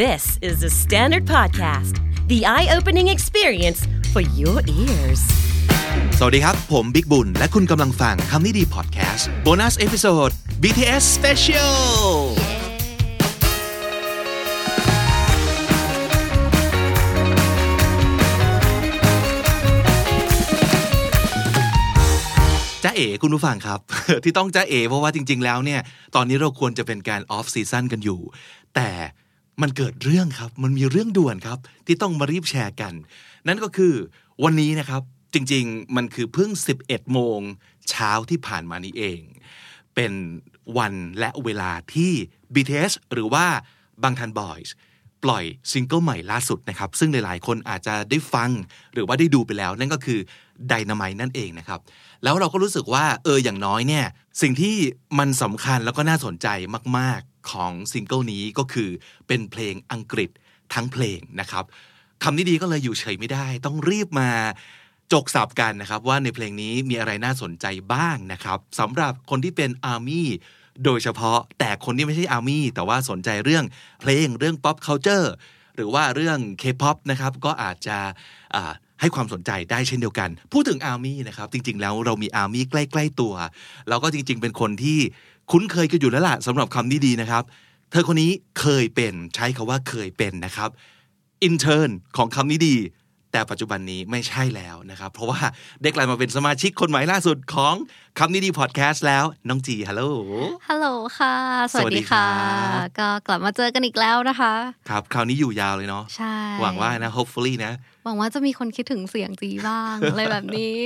This is the Standard Podcast, the eye opening experience for your ears. สวัสดีครับ ผมบิ๊กบุญ และคุณกำลังฟังคำนี้ดีพอดแคสต์โบนัสเอพิโซด BTS Special จ้าเอ๋คุณผู้ฟังครับ ที่ต้องจ้าเอ๋เพราะว่าจริง ๆ แล้วเนี่ย ตอนนี้เราควรจะเป็นการออฟซีซั่นกันอยู่ แต่มันเกิดเรื่องครับ มันมีเรื่องด่วนครับ ที่ต้องมารีบแชร์กัน นั่นก็คือวันนี้นะครับ จริง ๆ มันคือเพิ่ง 11 โมงเช้าที่ผ่านมานี้เอง เป็นวันและเวลาที่ BTS หรือว่าบางทันบอยส์ปล่อยซิงเกิลใหม่ล่าสุดนะครับ ซึ่งหลายๆ คนอาจจะได้ฟังหรือว่าได้ดูไปแล้ว นั่นก็คือ Dynamite นั่นเองนะครับ แล้วเราก็รู้สึกว่าเอออย่างน้อยเนี่ย สิ่งที่มันสำคัญแล้วก็น่าสนใจมาก ๆ ของซิงเกิลนี้ก็คือเป็นเพลงอังกฤษทั้งเพลงนะครับคำนี้ดีก็เลยอยู่เฉยไม่ได้ ต้องรีบมา จกสับกันนะครับว่าในเพลงนี้มีอะไรน่าสนใจบ้างนะครับสำหรับคนที่เป็นอาร์มี่โดยเฉพาะแต่คนที่ไม่ใช่อาร์มี่แต่ว่าสนใจเรื่องเพลงเรื่อง pop culture หรือว่าเรื่อง K-pop นะครับก็อาจจะอ่าให้ความสนใจได้เช่นเดียวกัน พูดถึงอาร์มี่นะครับจริงๆ แล้วเรามีอาร์มี่ใกล้ ๆ ตัว แล้วก็จริง ๆ เป็นคนที่คุ้นเคยกันอยู่แล้วล่ะสำหรับคำนี้ดีนะครับ เธอคนนี้เคยเป็นใช้คาว่าเคยเป็นนะครับ อินเทอร์นของคำนี้ดี แต่ปัจจุบันนี้ไม่ใช่แล้วนะครับ เพราะว่าได้กลายมาเป็นสมาชิกคนใหม่ล่าสุดของคำนี้ดีพอดแคสต์แล้ว น้องจีฮัลโหล ฮัลโหลค่ะ สวัสดีค่ะ สวัสดีครับ ก็กลับมาเจอกันอีกแล้วนะคะ ครับ คราวนี้อยู่ยาวเลยเนาะ ใช่ หวังว่านะ hopefully นะ หวังว่าจะมีคนคิดถึงเสียงจีบ้าง อะไรแบบนี้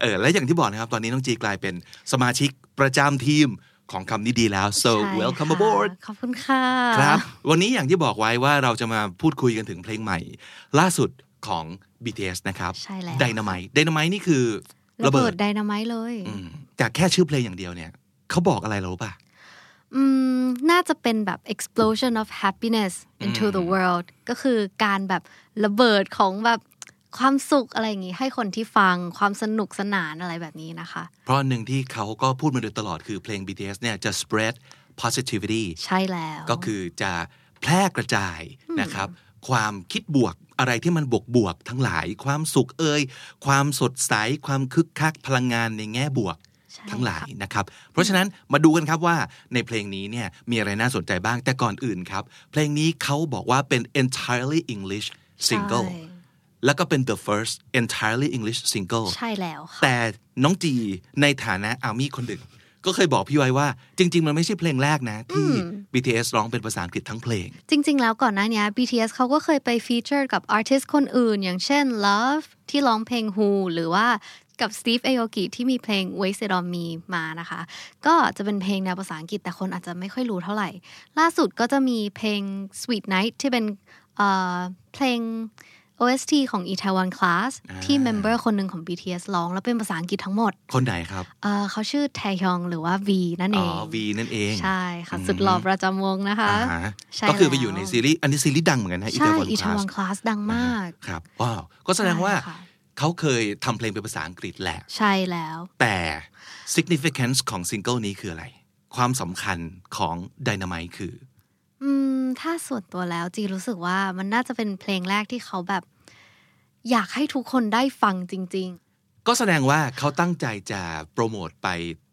เออและอย่างที่บอกนะครับ ตอนนี้น้องจีกลายเป็นสมาชิกประจำทีมของคำนี้ดีแล้ว so ใช่ welcome ค่ะ aboard ขอบคุณค่ะ ครับ วันนี้อย่างที่บอกไว้ว่าเราจะมาพูดคุยกันถึงเพลงใหม่ ล่าสุดของ BTS นะครับ ใช่แล้ว Dynamite Dynamite นี่คือ ระเบิดไดนาไมต์เลย อืมจากแค่ชื่อเพลงอย่างเดียวเนี่ยเขาบอกอะไรเรารู้ป่ะ อืมน่าจะเป็นแบบ explosion of happiness into the world ก็คือการแบบระเบิดของแบบความสุขอะไรอย่างงี้ ให้คนที่ฟังความสนุกสนานอะไรแบบนี้นะคะ เพราะอันหนึ่งที่เขาก็พูดมาโดยตลอดคือเพลง BTS เนี่ยจะ spread positivity ใช่แล้ว ก็คือจะแพร่กระจายนะครับ ความคิดบวกอะไรที่มันบวกบวกๆทั้งหลาย ความสุขเอ่ยความสดใส ความคึกคักพลังงานในแง่บวก ใช่ ทั้งหลายนะครับ เพราะฉะนั้นมาดูกันครับว่าในเพลงนี้เนี่ยมีอะไรน่าสนใจบ้างแต่ก่อนอื่นครับ เพลงนี้เขาบอกว่าเป็น entirely English single ใช่ แล้วก็เป็น the first entirely English single ใช่แล้วค่ะ แต่น้องจีในฐานะอามี่คนหนึ่งก็เคยบอกพี่ไว้ว่า จริง ๆ มันไม่ใช่เพลงแรกนะ ที่ BTS ร้องเป็นภาษาอังกฤษทั้งเพลง จริง ๆ แล้วก่อนหน้าเนี้ย BTS เขาก็เคยไปฟีเจอร์กับอาร์ติสคนอื่น อย่างเช่น Love ที่ร้องเพลง Who หรือว่ากับ Steve Aoki ที่มีเพลง Wasted on Me มานะคะ ก็จะเป็นเพลงแนวภาษาอังกฤษแต่คนอาจจะไม่ค่อยรู้เท่าไหร่ ล่าสุดก็จะมีเพลง Sweet Night ที่เป็นเอ่อเพลง OST ของ Itaewon Class ที่เมมเบอร์คนหนึ่งของ BTS ร้องแล้วเป็นภาษาอังกฤษทั้งหมด คนไหนครับ เอ่อเขาชื่อแทฮยองหรือว่า V นั่นเอ อ๋อ ง V นั่นเอง ใช่ค่ะสุดหล่อประจำวงนะคะ อ่าฮะ ใช่ ก็คือไปอยู่ แล้ว ในซีรีส์ อันนี้ซีรีส์ดังเหมือนกันนะ ใช่ Itaewon อิ Class ทาวังคลาสดังมาก ครับว้าวก็แสดงว่า ใช่ค่ะ เขาเคยทำเพลงเป็นภาษาอังกฤษแหละ ใช่แล้ว แต่ significance ของซิงเกิลนี้คืออะไร ความสำคัญของ Dynamite คือ อืม ถ้าส่วนตัวแล้วจีรู้สึกว่ามันน่าจะเป็นเพลงแรกที่เขาแบบ อยากให้ทุกคนได้ฟังจริง ก็แสดงว่าเขาตั้งใจจะโปรโมทไป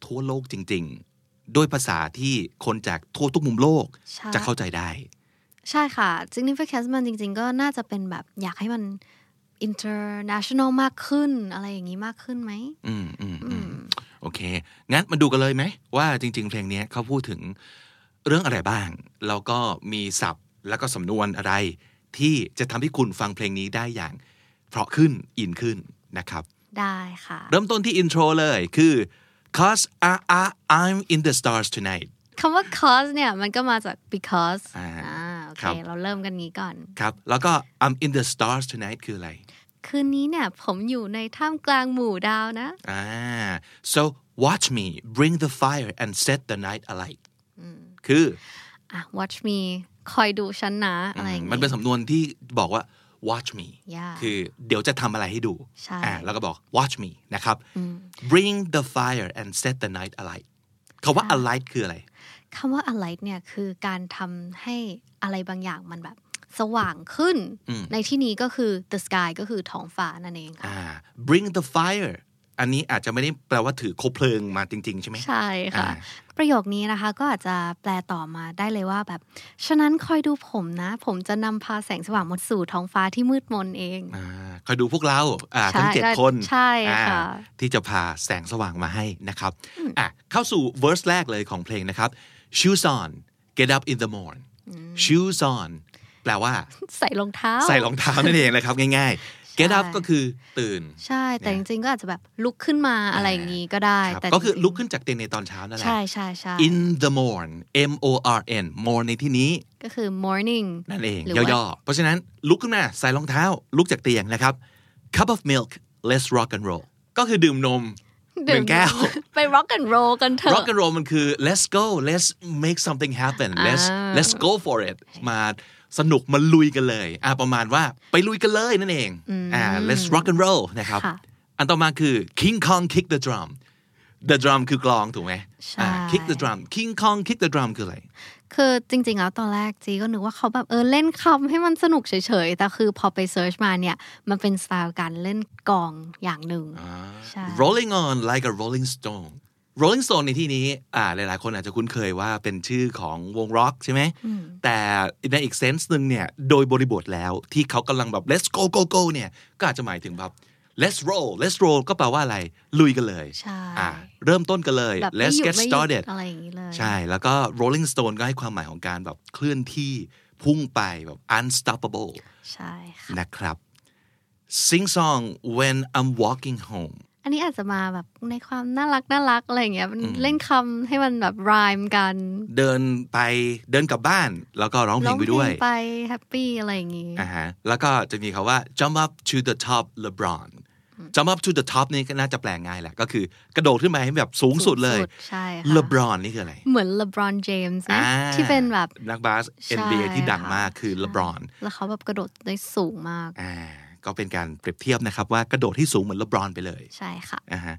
ทั่วโลกจริง ๆ ด้วยภาษาที่คนจากทั่วทุกมุมโลก ใช่ จะเข้าใจได้ ๆ ใช่ค่ะ significance มันจริง ๆ ก็น่าจะเป็นแบบอยากให้มัน international มากขึ้น อะไรอย่างนี้มากขึ้นไหม อืมอืมอืมโอเค งั้นมาดูกันเลยไหม ว่าจริง ๆ เพลงเนี้ยเขาพูดถึงเรื่องอะไรบ้าง แล้วก็มีศัพท์แล้วก็สำนวนอะไร ที่จะทำให้คุณฟังเพลงนี้ได้อย่าง เพราะขึ้นอินขึ้นนะครับ ได้ค่ะ เริ่มต้นที่อินโทรเลยคือ cause I, I, I'm in the stars tonight คำว่า cause เนี่ย มันก็มาจาก because อ่า อ่าโอ ค เค รับ เราเริ่มกันงี้ก่อน ครับ แล้วก็ I'm in the stars tonight คืออะไร คืนนี้เนี่ยผมอยู่ในท่ามกลางหมู่ดาวนะ อ่า so watch me bring the fire and set the night alight คือ อ่ะ watch me คอยดูฉันนะ อะไรอย่างงี้ มันเป็นสำนวนที่บอกว่า watch me Yeah คือเดี๋ยวจะทำอะไรให้ดู ใช่ อ่าแล้วก็บอก watch me นะครับ bring the fire and set the night alight คาว่า alight คืออะไร คำว่า alight เนี่ยคือการทำให้อะไรบางอย่างมันแบบ สว่างขึ้น อืม ในที่นี้ก็คือ the sky ก็คือท้องฟ้านั่นเองค่ะ อ่า bring the fire อันนี้อาจจะไม่ได้แปลว่าถือคบเพลิงมาจริง ๆ ใช่ไหม ใช่ค่ะ อ่า ประโยคนี้นะคะก็อาจจะแปลต่อมาได้เลยว่าแบบ ฉะนั้นคอยดูผมนะ ผมจะนำพาแสงสว่างมาสู่ท้องฟ้าที่มืดมนเอง อ่าคอยดูพวกเราอ่าทั้ง ใช่ เจ็ดคน ใช่ค่ะ อ่าที่จะพาแสงสว่างมาให้นะครับอ่ะเข้าสู่ verse แรกเลยของเพลงนะครับ shoes on get up in the morning shoes on แปลว่า ใส่รองเท้า ใส่รองเท้านั่นเองนะครับ ง่ายๆ get up ใช่ ก็คือตื่น ใช่แต่ เนี่ จ ย ริงๆก็อาจจะแบบลุกขึ้นมาอะไรอย่างนี้ก็ได้ ครับ แต่ ก็คือ จริงๆ ลุกขึ้นจากเตียงในตอนเช้านั่นแหละ ใช่ใช่ใช่ in the morn m o r n morn ในที่นี้ ก็คือ morning นั่นเอง หรือว่า ย่อๆ เพราะฉะนั้นลุกขึ้นมาใส่รองเท้า ลุกจากเตียงนะครับ cup of milk let's rock and roll ก็คือดื่มนมหนึ่งแก้ว ไป rock and roll กันเถอะ rock and roll มันคือ let's go let's make something happen let's อ่า let's go for it มาสนุกมาลุยกันเลยอ่ะประมาณว่าไปลุยกันเลยนั่นเองอ่า let's rock and roll นะครับ ค่ะ อันต่อมาคือ king kong kick the drum the drum คือกลองถูกไหม ใช่ อ่า kick the drum king kong kick the drum คืออะไร คือจริงๆแล้วตอนแรกจีก็นึกว่าเขาแบบเออเล่นคำให้มันสนุกเฉยๆ แต่คือพอไปเซิร์ชมาเนี่ย มันเป็นสไตล์การเล่นกลองอย่างหนึ่งใช่ rolling on like a rolling stone rolling stone ในที่นี้อ่าหลายๆ คนอาจจะคุ้นเคยว่าเป็นชื่อของวงร็อกใช่ไหม แต่ในอีกเซนส์หนึ่งเนี่ย โดยบริบทแล้วที่เขากำลังแบบ let's go go go เนี่ย ก็อาจจะหมายถึงแบบ let's roll let's roll ก็แปลว่าอะไร ลุยกันเลย ใช่ อ่าเริ่มต้นกันเลย แบบไม่ let's หยุด get ไม่หยุด started อะไรอย่างนี้เลย ใช่ แล้วก็ rolling stone ก็ให้ความหมายของการแบบเคลื่อนที่พุ่งไปแบบ unstoppable ใช่ค่ะ นะครับ sing song when I'm walking home อันนี้อาจจะมาแบบในความน่ารักน่ารักอะไรอย่างเงี้ยมันเล่นคำให้มันแบบรายมกัน เดินไปเดินกลับบ้านแล้วก็ร้องเพลงไปด้วย ไปแฮปปี้อะไรอย่างงี้ อ่าฮะแล้วก็จะมีคาว่า jump up to the top LeBron jump up to the top นี่ก็น่าจะแปลง่ายแหละ ก็คือกระโดดขึ้นไปให้แบบสูงสุดเลย สูงสุดใช่ค่ะ LeBron นี่คืออะไร เหมือน LeBron James นะ อ่า ที่เป็นแบบ นักบาส ใช่ NBA ที่ดังมากคือ ใช่ LeBron แล้วเขาแบบกระโดดได้สูงมาก อ่าก็เป็นการเปรียบเทียบนะครับว่ากระโดดที่สูงเหมือน LeBron ไปเลย ใช่ค่ะ อ่าฮะ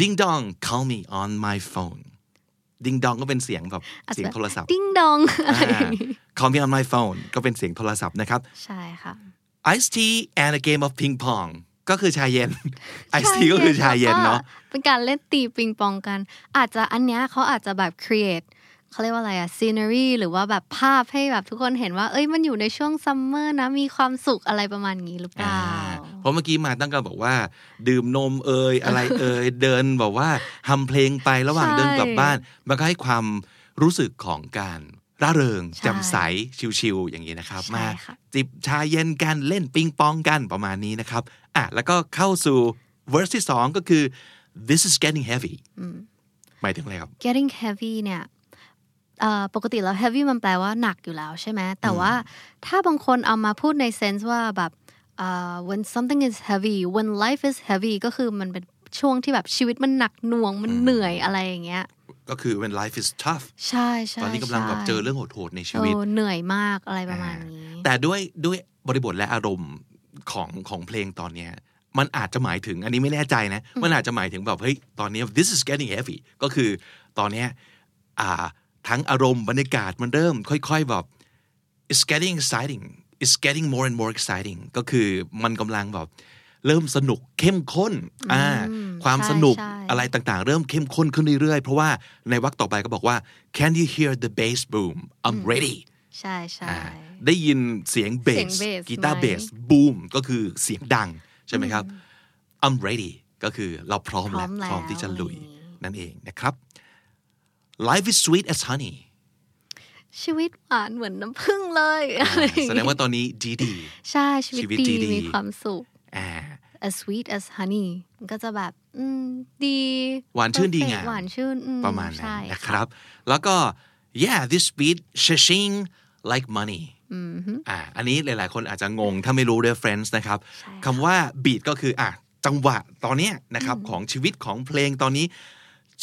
ding dong call me on my phone ding dong ก็เป็นเสียงแบบ อาจจะ เสียงโทรศัพท์ ดิ้งดอง อ่ อะไรอา ย่างงี้ call me on my phone ก็เป็นเสียงโทรศัพท์นะครับ ใช่ค่ะ Ice tea and a game of ping pong ก็คือชา เย็น Ice tea ก็คือชาเย็นเนาะ แล้วก็เป็นการเล่นตีปิงปองกัน อาจจะอันเนี้ยเขาอาจจะแบบ create เขาเรียกว่าอะไรอะ scenery หรือว่าแบบภาพให้แบบทุกคนเห็นว่า เอ้ยมันอยู่ในช่วงซัมเมอร์นะ มีความสุขอะไรประมาณนี้หรือเปล่า เพราะเมื่อกี้มาตั้งก็บอกว่า ดื่มนมเอยอะไรเอย เดินแบบว่าทำเพลงไประหว่าง ใช่ เดินกลับบ้าน มันก็ให้ความรู้สึกของการร่าเริง ใช่ แจำใสชิวๆอย่างนี้นะครับ ใช่ มา ค่ะ จิบชาเย็นกันเล่นปิงปองกันประมาณนี้นะครับอ่ะแล้วก็เข้าสู่ verse ที่สองก็คือ this is getting heavy หมายถึงอะไรครับ getting heavy เนี่ยเอ่อปกติแล้ว heavy มันแปลว่าหนักอยู่แล้วใช่ไหมแต่ว่าถ้าบางคนเอามาพูดใน sense ว่าแบบเอ่อ when something is heavy when life is heavy ก็คือมันเป็นช่วงที่แบบชีวิตมันหนักหน่วงมันเหนื่อยอะไรอย่างเงี้ย ก็คือ when life is tough ใช่ใช่ ตอนนี้กำลังแบบเจอเรื่องโหดๆในชีวิต เออเหนื่อยมากอะไรประมาณนี้ แต่ด้วยด้วยบริบทและอารมณ์ของของเพลงตอนเนี้ยมันอาจจะหมายถึงอันนี้ไม่แน่ใจนะ มันอาจจะหมายถึงแบบเฮ้ยตอนเนี้ย this is getting heavy ก็คือตอนเนี้ยอ่าทั้งอารมณ์บรรยากาศมันเริ่มค่อยๆแบบ it's getting exciting it's getting more and more exciting ก็คือมันกำลังแบบเริ่มสนุกเข้มข้นอ่าความ ใช่ สนุก ใช่ อะไรต่างๆ เริ่มเข้มข้นขึ้นเรื่อยๆ เพราะว่าในวรรคต่อไปก็บอกว่า can you hear the bass boom I'm ready ใช่ใช่ อ่าได้ยินเสียงเบ เสีย ส งเบส กีตาร์ ไหม เบสบูมก็คือเสียงดัง ใช่ไหมครับ I'm ready ก็คือเราพร้อม พร้อ แล้ว มแล้พวร้อมที่จะลุย นั่นเองนะครับ Life is sweet as honey ชีวิตหวานเหมือนน้ำผึ้งเลย อะไรอย่ แสดงว่าตอนนี้ดีดี ใช่ชีวิต ชีวิต ดี ดี มีความสุข อ่า as sweet as honey มันก็จะแบบ อืม ดี หวานชื่นดีงาม หวานชื่นอื ประมาณนั้น ใช่ นะครับ แล้วก็ yeah this beat shishing like money อ่า อันนี้หลาย ๆ คนอาจจะงงถ้าไม่รู้ reference นะครับคำว่า beat ก็คืออ่ะจังหวะตอนเนี้ยนะครับของชีวิตของเพลงตอนนี้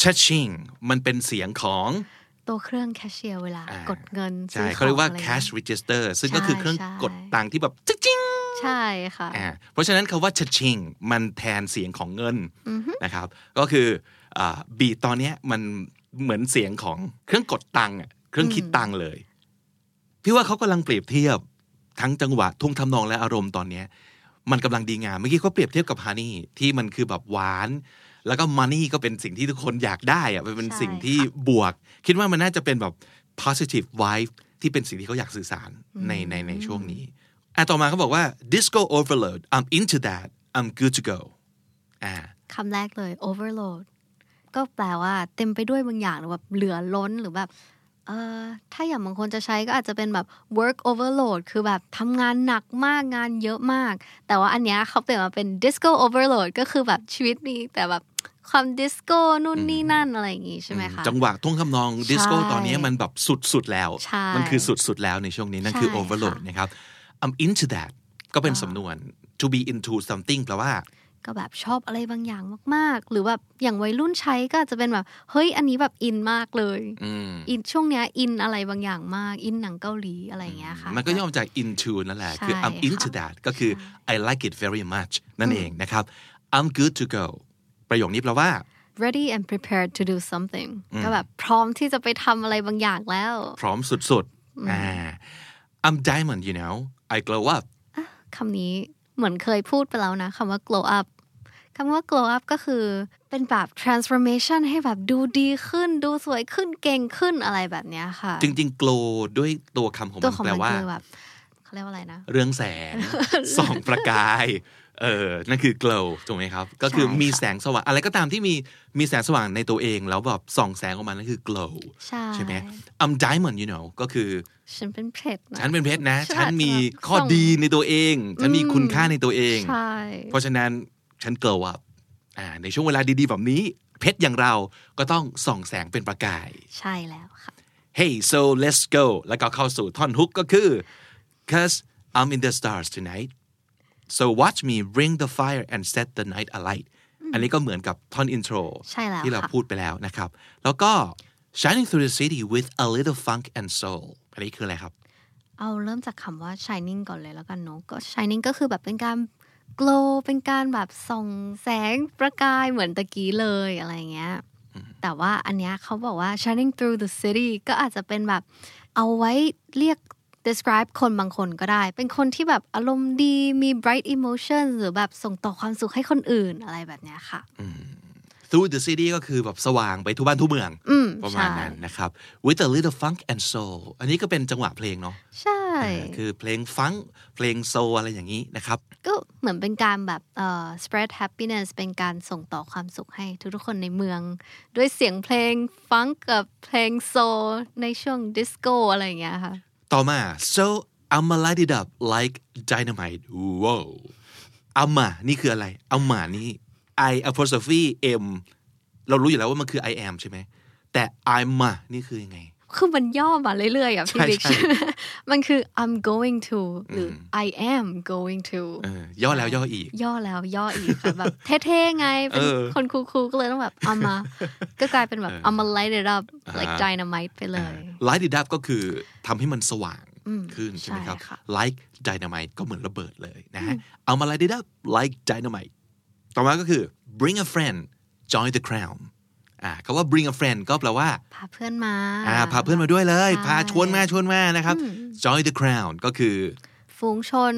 shishing มันเป็นเสียงของ ตัวเครื่องแคชเชียร์เวลา อ่าก ดเงิน ใช่ ซื้อ เขาเรียกว่า ของอะไ cash register ซึ่ง ใช่ ก็คือเครื่อง ใช่ กดตังค์ที่แบบจิ๊งจิ๊ง ใช่ค่ะ อ่าเพราะฉะนั้นคาว่า cha-ching มันแทนเสียงของเงินนะครับ ก็คือบีตอนเนี้ยมันเหมือนเสียงของเครื่องกดตังค์อะเครื่องคิดตังค์เลย พี่ว่าเขากำลังเปรียบเทียบ ทั้งจังหวะท่วงทำนองและอารมณ์ตอนเนี้ยมันกำลังดีงาม เมื่อกี้เขาเปรียบเทียบกับฮันนี่ที่มันคือแบบหวาน แล้วก็มันนี่ก็เป็นสิ่งที่ทุกคนอยากได้อะมันเป็น ใช่ สิ่งที่บวก คิดว่ามันน่าจะเป็นแบบ positive vibe ที่เป็นสิ่งที่เขาอยากสื่อสารในในในช่วงนี้อ่ะต่อมาเขาบอกว่า disco overload I'm into that I'm good to go อ่า คำแรกเลย overload ก็แปลว่าเต็มไปด้วยบางอย่างหรือแบบเหลือล้นหรือแบบเอ่อถ้าอย่างบางคนจะใช้ก็อาจจะเป็นแบบ work overload คือแบบทำงานหนักมากงานเยอะมาก แต่ว่าอันเนี้ยเขาเปลี่ยนมาเป็น disco overload ก็คือแบบชีวิตนี้แต่แบบความดิสโก้นู่นนี่นั่นอะไรอย่างงี้ใช่ไหมคะ จังหวะท่วงทำนองดิสโก้ ใช่ ตอนนี้มันแบบสุด ๆ แล้ว ใช่ มัคือสุด ๆ แล้วในช่วงนี้นั่นคือ ใช่ค่ะ overload นะครับ I'm into that ก็เป็นสำนวน to be into something แปลว่า ก็แบบชอบอะไรบางอย่างมาก ๆ หรือแบบอย่างวัยรุ่นใช้ก็อาจจะเป็นแบบเฮ้ยอันนี้แบบอินมากเลย อืม อินช่วงเนี้ยอินอะไรบางอย่างมากอินหนังเกาหลีอะไรอย่างเงี้ยค่ะ มันก็ย่อมาจาก into นั่นแหละ ใช่ คือ I'm ค่ะ into that ก็คือ I like it very much นั่นเองนะครับ I'm good to go ประโยคนี้แปลว่า ready and prepared to do something ก็แบบพร้อมที่จะไปทำอะไรบางอย่างแล้ว พร้อมสุดๆอ่า I'm diamond you know I glow up คำนี้เหมือนเคยพูดไปแล้วนะคำว่า glow up คำว่า glow up ก็คือเป็นแบบ transformation ให้แบบดูดีขึ้น ดูสวยขึ้นเก่งขึ้นอะไรแบบเนี้ยค่ะ จริง ๆ glow ด้วยตัวคำของ ตัมัวน ของ แปล มัน ว่า คือแบบเขาเรียกว่าอะไรนะ เรื่องแสง ส่องประกาย เออ นั่นคือ glow ถูกไหมครับ ก็คือ ใช่ค่ะ มีแสงสว่าง อะไรก็ตามที่มีมีแสงสว่างในตัวเอง แล้วแบบส่องแสงออกมานั่นคือ glow ใช่ ใช่ไหม I'm diamond you know ก็คือ ฉันเป็นเพชรนะ ฉันเป็นเพชรนะ ใช่ ฉันมีข้อ ส่อง ดีในตัวเอง ฉันมีคุณค่าในตัวเอง ใช่ เพราะฉะนั้นฉัน glow up อ่า ในช่วงเวลาดีๆแบบนี้ เพชรอย่างเราก็ต้องส่องแสงเป็นประกาย ใช่แล้วค่ะ Hey so let's go แล้วก็เข้าสู่ท่อนฮุกก็คือ cause I'm in the stars tonight so watch me bring the fire and set the night alight อันนี้ก็เหมือนกับท่อนอินโทร ใช่แล้ว ที่เรา ค่ะ พูดไปแล้วนะครับ แล้วก็ shining through the city with a little funk and soul อันนี้คืออะไรครับ เอาเริ่มจากคำว่า shining ก่อนเลยแล้วกันเนาะก็ shining ก็คือแบบเป็นการ glow เป็นการแบบส่องแสงประกายเหมือนตะกี้เลยอะไรเงี้ย แต่ว่าอันเนี้ยเขาบอกว่า shining through the city ก็อาจจะเป็นแบบเอาไว้เรียก describe คนบางคนก็ได้ เป็นคนที่แบบอารมณ์ดีมี bright emotion หรือแบบส่งต่อความสุขให้คนอื่นอะไรแบบเนี้ยค่ะ through the city ก็คือแบบสว่างไปทั่วบ้านทั่วเมือง อืม ประมา ใช่ ณนั้นนะครับ with a little funk and soul อันนี้ก็เป็นจังหวะเพลงเนาะ ใช่ คือเพลงฟังเพลงโซอะไรอย่างนี้นะครับ ก็เหมือนเป็นการแบบเอ่อ spread happiness เป็นการส่งต่อความสุขให้ทุกๆคนในเมือง ด้วยเสียงเพลงฟังกับเพลงโซลในช่วงดิสโก้อะไรอย่างเงี้ยค่ะ ต่อมา so I'ma light it up like dynamite wow I'ma นี่คืออะไร I'ma นี่ I apostrophe M เรารู้อยู่แล้วว่ามันคือ I am ใช่ไหม แต่ I'ma นี่คือยังไง คือมันย่อมาเรื่อยๆอ่ะพี่ ใช่ บิ๊ก ใช่ มันคือ I'm going to หรืออ I am going to เออย่อแล้วย่ออีก ย่อแล้วย่ออีกค่ะแบบ เท่ๆไง เป็น เออ คนคูลๆก็เลยต้องแบบเอามา ก็กลายเป็นแบบ I'm a light it up อ่า like dynamite ไปเลย light it up ก็คือทำให้มันสว่างขึ้น ใช่ ใช่ไหมครับ ค่ะ like dynamite ก็เหมือนระเบิดเลยนะฮะเอามา light it up like dynamite ต่อมาก็คือ bring a friend join the crown อ่าคำว่า bring a friend ก็แปลว่า พาเพื่อนมา อ่าพาเพื่อนมาด้วยเลย ใช่ พาชวนมาชวนมานะครับ join the crown ก็คือ ฝูงชน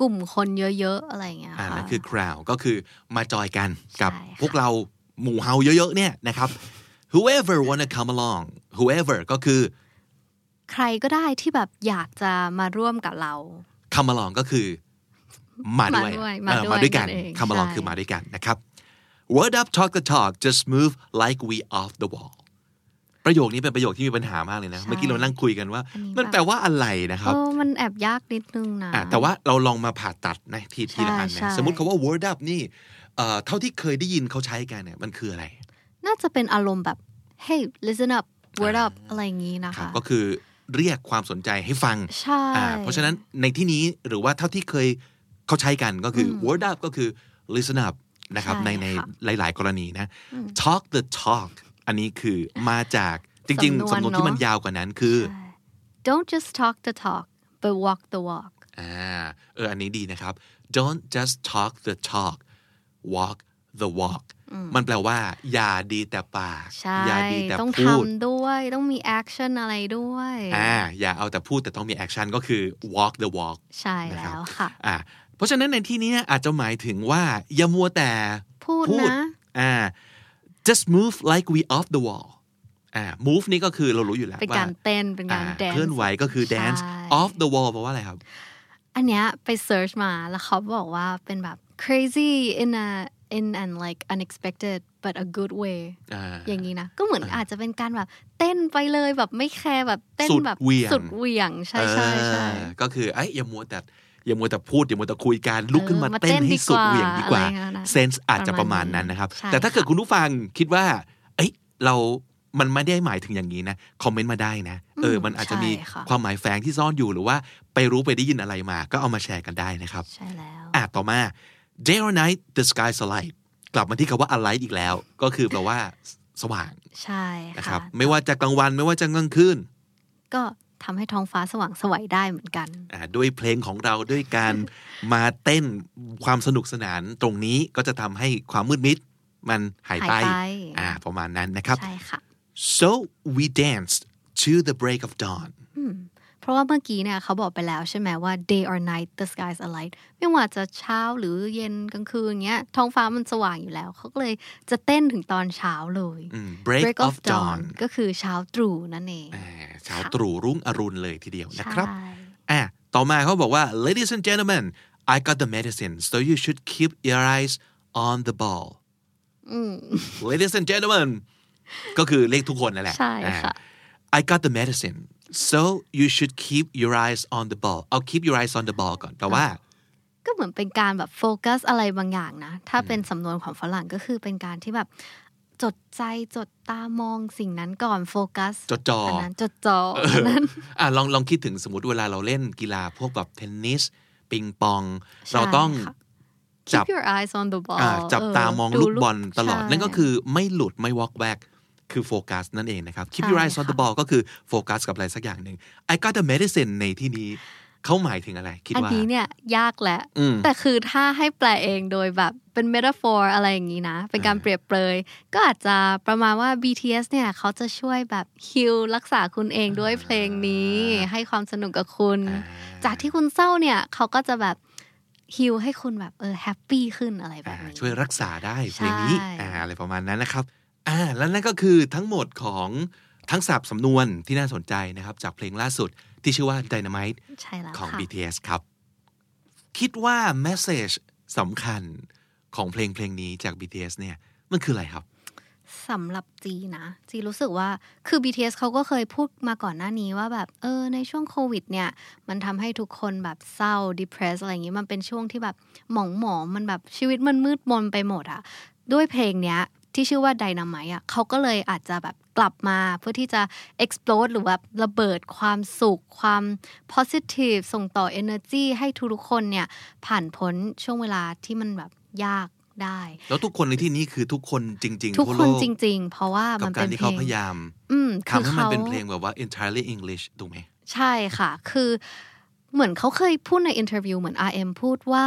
กลุ่มคนเยอะ ๆ อะไรอย่างเงี้ย อ่า ค่ะ นั่นคือ crown ก็คือมาจอยกันกับ ใช่ค่ะ พวกเราหมู่เฮาเยอะๆเนี่ยนะครับ whoever wanna come along whoever ก็คือ ใครก็ได้ที่แบบอยากจะมาร่วมกับเรา come along ก็คือ มาด้วย มาด้วย เออ มามาด้วยด้วยกัน นั่นเอง come along ใช่ คือมาด้วยกันนะครับ word up talk the talk just move like we off the wall ประโยคนี้เป็นประโยคที่มีปัญหามากเลยนะ ใช่ เมื่อกี้เรานั่งคุยกันว่า อันนี้ มัน แบบ แปลว่าอะไรนะค เอ รับ อมันแอบยากนิดนึงนะ อ่ะแต่ว่าเราลองมาผ่าตัดนะทีทีละอัน ใช่ นะ ใช่ สมมติคาว่า word up นี่เอ่อเท่าที่เคยได้ยินเขาใช้กันเนี่ยมันคืออะไร น่าจะเป็นอารมณ์แบบ hey listen up word up อะไรอย่างงี้นะ ครั คะ บก็คือเรียกความสนใจให้ฟัง ใช่ อ่าเพราะฉะนั้นในที่นี้หรือว่าเท่าที่เคยเขาใช้กันก็คืออ word up ก็คือ listen up นะครับ ใช่ ในในหลาย ๆ กรณีนะ talk the talk อันนี้คือมาจากจริง ๆ สำนวน สำนวน เนอะ ที่มันยาวกว่านั้นคือ don't just talk the talk but walk the walk อ่าเอออันนี้ดีนะครับ don't just talk the talk walk the walk มันแปลว่า อย่าดีแต่ปาก ใช่ อย่าดีแต่ ต้อง พูด ทำด้วยต้องมีแอคชั่นอะไรด้วย อ่า อย่าเอาแต่พูดแต่ต้องมีแอคชั่นก็คือ walk the walk ใช่ นะค แล้ รับ วค่ะ อ่าเพราะฉะนั้นในที่นี้อาจจะหมายถึงว่า อย่ามัวแต่ พูดนะ อ่า just move like we off the wall อ่า move นี่ก็คือเรารู้อยู่แล้ว เป็น ว่า การเต้นเป็น อ่า การแดนซ์ เคลื่อนไหวก็คือ dance ใช่ off the wall แปลว่าอะไรครับ อันเนี้ยไปเซิร์ชมาแล้วเขาบอกว่าเป็นแบบ crazy in a in an like unexpected but a good way อ่า อย่างนี้นะ ก็เหมือนอาจจะเป็นการแบบเต้นไปเลยแบบไม่แคร์แบบเต้น สุด แบบ เหวี่ยง สุดเหวี่ยงใช่ใช่ใช่ เออก็คือไอ้ยอย่ามัวแต่อย่ามัวแต่พูดอย่ามัวแต่คุยการลุกขึ้นมา เออมาเต้ เต้น น ให้สุดเหวี่ยงดีกว่า อะไรอย่างนั้นนะ เซนส์อาจจะประมาณนั้นนะครับ ใช่ แต่ถ้าเกิด ค่ะ คุณผู้ฟังคิดว่า เอ้ยเรามันไม่ได้หมายถึงอย่างนี้นะ คอมเมนต์มาได้นะ เออ มันอาจจะมี ใช่ค่ะ ความหมายแฝงที่ซ่อนอยู่หรือว่าไปรู้ไปได้ยินอะไรมา ก็เอามาแชร์กันได้นะครับ ใช่แล้ว อ่ะต่อมา day or night the sky's alight กลับมาที่คำว่า alight อีกแล้ว ก็คือแปลว่าสว่าง ใช่ นะครั ค่ะ บ ไม่ว่าจะกลางวันไม่ว่าจะกลางคืน ก็ทำให้ท้องฟ้าสว่างสวัยได้เหมือนกัน อ่าด้วยเพลงของเราด้วยการ มาเต้นความสนุกสนานตรงนี้ก็จะทำให้ความมืดมิด มันหายไป หายไป อ่าประมาณนั้นนะครับ ใช่ค่ะ so we danced to the break of dawn เพราะว่าเมื่อกี้เนี่ยเขาบอกไปแล้วใช่ไหมว่า day or night the skies are light ไม่ว่าจะเช้าหรือเย็นกลางคืนเงี้ยท้องฟ้ามันสว่างอยู่แล้ว เขาก็เลยจะเต้นถึงตอนเช้าเลย อืม break, of dawn ก็คือเช้าตรู่นั่นเอง อ่าเช้าตรู่รุ่งอรุณเลยทีเดียวนะครับ ใช่ อ่ะต่อมาเขาบอกว่า ladies and gentlemen I got the medicine so you should keep your eyes on the ball ladies and gentlemen ก็คือเรียกทุกคนนั่นแหละ Mm. ใช่ค่ะ อ่า I got the medicine so you should keep your eyes on the ball เอา keep your eyes on the ball ก่อนแปลว่า ก็เหมือนเป็นการแบบโฟกัสอะไรบางอย่างนะ ถ้าเป็นสำนวนของฝรั่งก็คือเป็นการที่แบบ จดใจจดตามองสิ่งนั้นก่อนโฟกัส จดจ่ออั นนั้นจดจ่ออันนั้น อ่ะลองลองคิดถึงสมมติเวลาเราเล่นกีฬาพวกแบบเทนนิส ปิงปอง ใช่ เราต้อง ค่ะ จับ keep your eyes on the อ่า ball จับตามองลูกบอลตลอด ใช่ นั่นก็คือไม่หลุดไม่วอกแวกคือโฟกัสนั่นเองนะครับ keep your eyes on ค่ะ the ball ก็คือโฟกัสกับอะไรสักอย่างหนึ่ง I got the medicine ในที่นี้เขาหมายถึงอะไร คิด อัน ว่า นี้เนี่ยยากแหละ อืม แต่คือถ้าให้แปลเองโดยแบบเป็นเมตาฟอร์อะไรอย่างนี้นะ เป็นการเปรียบเปรย ก็อาจจะประมาณว่า BTS เนี่ยเขาจะช่วยแบบฮิลรักษาคุณเองด้วยเพลงนี้ ให้ความสนุกกับคุณ อ่า จากที่คุณเศร้าเนี่ยเขาก็จะแบบฮิลให้คุณแบบเออแฮปปี้ขึ้นอะไรแบ อ่า บนี้ ช่วยรักษาได้เพ ใช่ ลงนี้อ่าอะไรประมาณนั้นนะครับอ่าและนั่นก็คือทั้งหมดของทั้งสับสำนวนที่น่าสนใจนะครับ จากเพลงล่าสุดที่ชื่อว่า Dynamite ใช่แล้ว ของ ค่ะ BTS ครับ คิดว่า message สำคัญของเพลงเพลงนี้จาก BTS เนี่ยมันคืออะไรครับ สำหรับจีนะจีรู้สึกว่าคือ BTS เขาก็เคยพูดมาก่อนหน้านี้ว่าแบบเออในช่วงโควิดเนี่ย มันทำให้ทุกคนแบบเศร้า depress อะไรอย่างงี้มันเป็นช่วงที่แบบหมองหมองๆมันแบบชีวิตมันมืดมนไปหมดอะด้วยเพลงเนี้ย ที่ชื่อว่าไดน m ม t e อะเขาก็เลยอาจจะแบบกลับมาเพื่อที่จะ explode หรือแบบระเบิดความสุข ความ positive ส่งต่อ energy ให้ทุกๆคนเนี่ย ผ่านพ้นช่วงเวลาที่มันแบบยากได้ แล้วทุกคนในที่นี้คือทุกคนจริงๆ ทุก ทั่ว ค โล น ก จริง ๆ เพราะว่า กั มั บ น กา เป็ ร น ที่ เพล เขา ง พยายาม อืมคื ทำ อ ให้มัน เขา เป็นเพลงแบบว่า entirely English ถูกไหม ใช่ค่ะ คือเหมือนเขาเคยพูดในอินเทอร์วิวเหมือน RM พูดว่า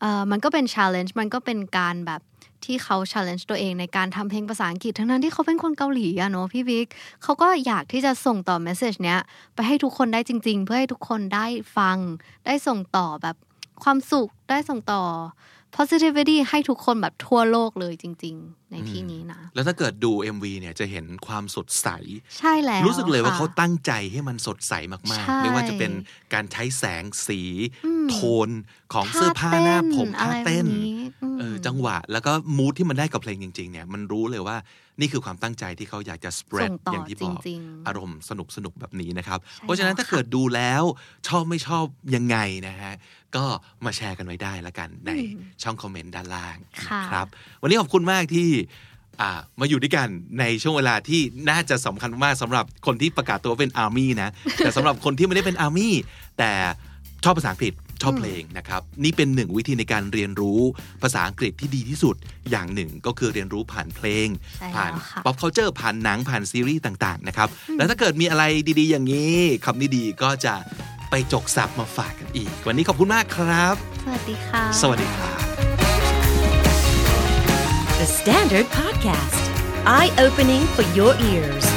เอ่อมันก็เป็น challenge มันก็เป็นการแบบที่เขา challenge ตัวเองในการทำเพลงภาษาอังกฤษ ทั้งนั้นที่เขาเป็นคนเกาหลีอะเนาะพี่วิกเขาก็อยากที่จะส่งต่อ message เนี้ย ไปให้ทุกคนได้จริง ๆ เพื่อให้ทุกคนได้ฟัง ได้ส่งต่อแบบความสุขได้ส่งต่อ positivity ให้ทุกคนแบบทั่วโลกเลยจริง ๆ ในที่นี้นะ แล้วถ้าเกิดดู MV เนี่ยจะเห็นความสดใส ใช่แล้ว รู้สึกเลยว่า ค่ะ เขาตั้งใจให้มันสดใสมาก ใช่ ๆ ไม่ว่าจะเป็นการใช้แสงสี อืม โทนของเสื้อผ้าหน้าผมท่าเต้น อะไรแบบนี้ม เออจังหวะ แล้วก็มูทที่มันได้กับเพลงจริง ๆ เนี่ย มันรู้เลยว่านี่คือความตั้งใจที่เขาอยากจะ spread ส่งต่อ อ อย่าง ที่บอก จริงๆ อารมณ์สนุกสนุกๆแบบนี้นะครับ ใช่ เพราะฉะนั้น แล้ว ถ้าเกิดดูแล้วชอบไม่ชอบยังไงนะฮะ ก็มาแชร์กันไว้ได้ละกันในช่องคอมเมนต์ด้านล่าง ค่ะ นะครับ วันนี้ขอบคุณมากที่อ่ามาอยู่ด้วยกันในช่วงเวลาที่น่าจะสำคัญมากสำหรับคนที่ประกาศตัวว่าเป็นอาร์มี่ นะ แต่สำหรับคนที่ไม่ได้เป็นอาร์มี่แต่ชอบภาษาอังกฤษชอบเพลงนะครับ นี่เป็นหนึ่งวิธีในการเรียนรู้ภาษาอังกฤษที่ดีที่สุดอย่างหนึ่งก็คือเรียนรู้ผ่านเพลง ใช่ ผ่าน แล้วค่ะ pop culture ผ่านหนังผ่านซีรีส์ต่างๆนะครับ แล้วถ้าเกิดมีอะไรดีๆ อย่างนี้คำนี้ดีก็จะไปจกสับมาฝากกันอีก วันนี้ขอบคุณมากครับ สวัสดีค่ะ สวัสดีครับ The Standard Podcast, eye opening for your ears.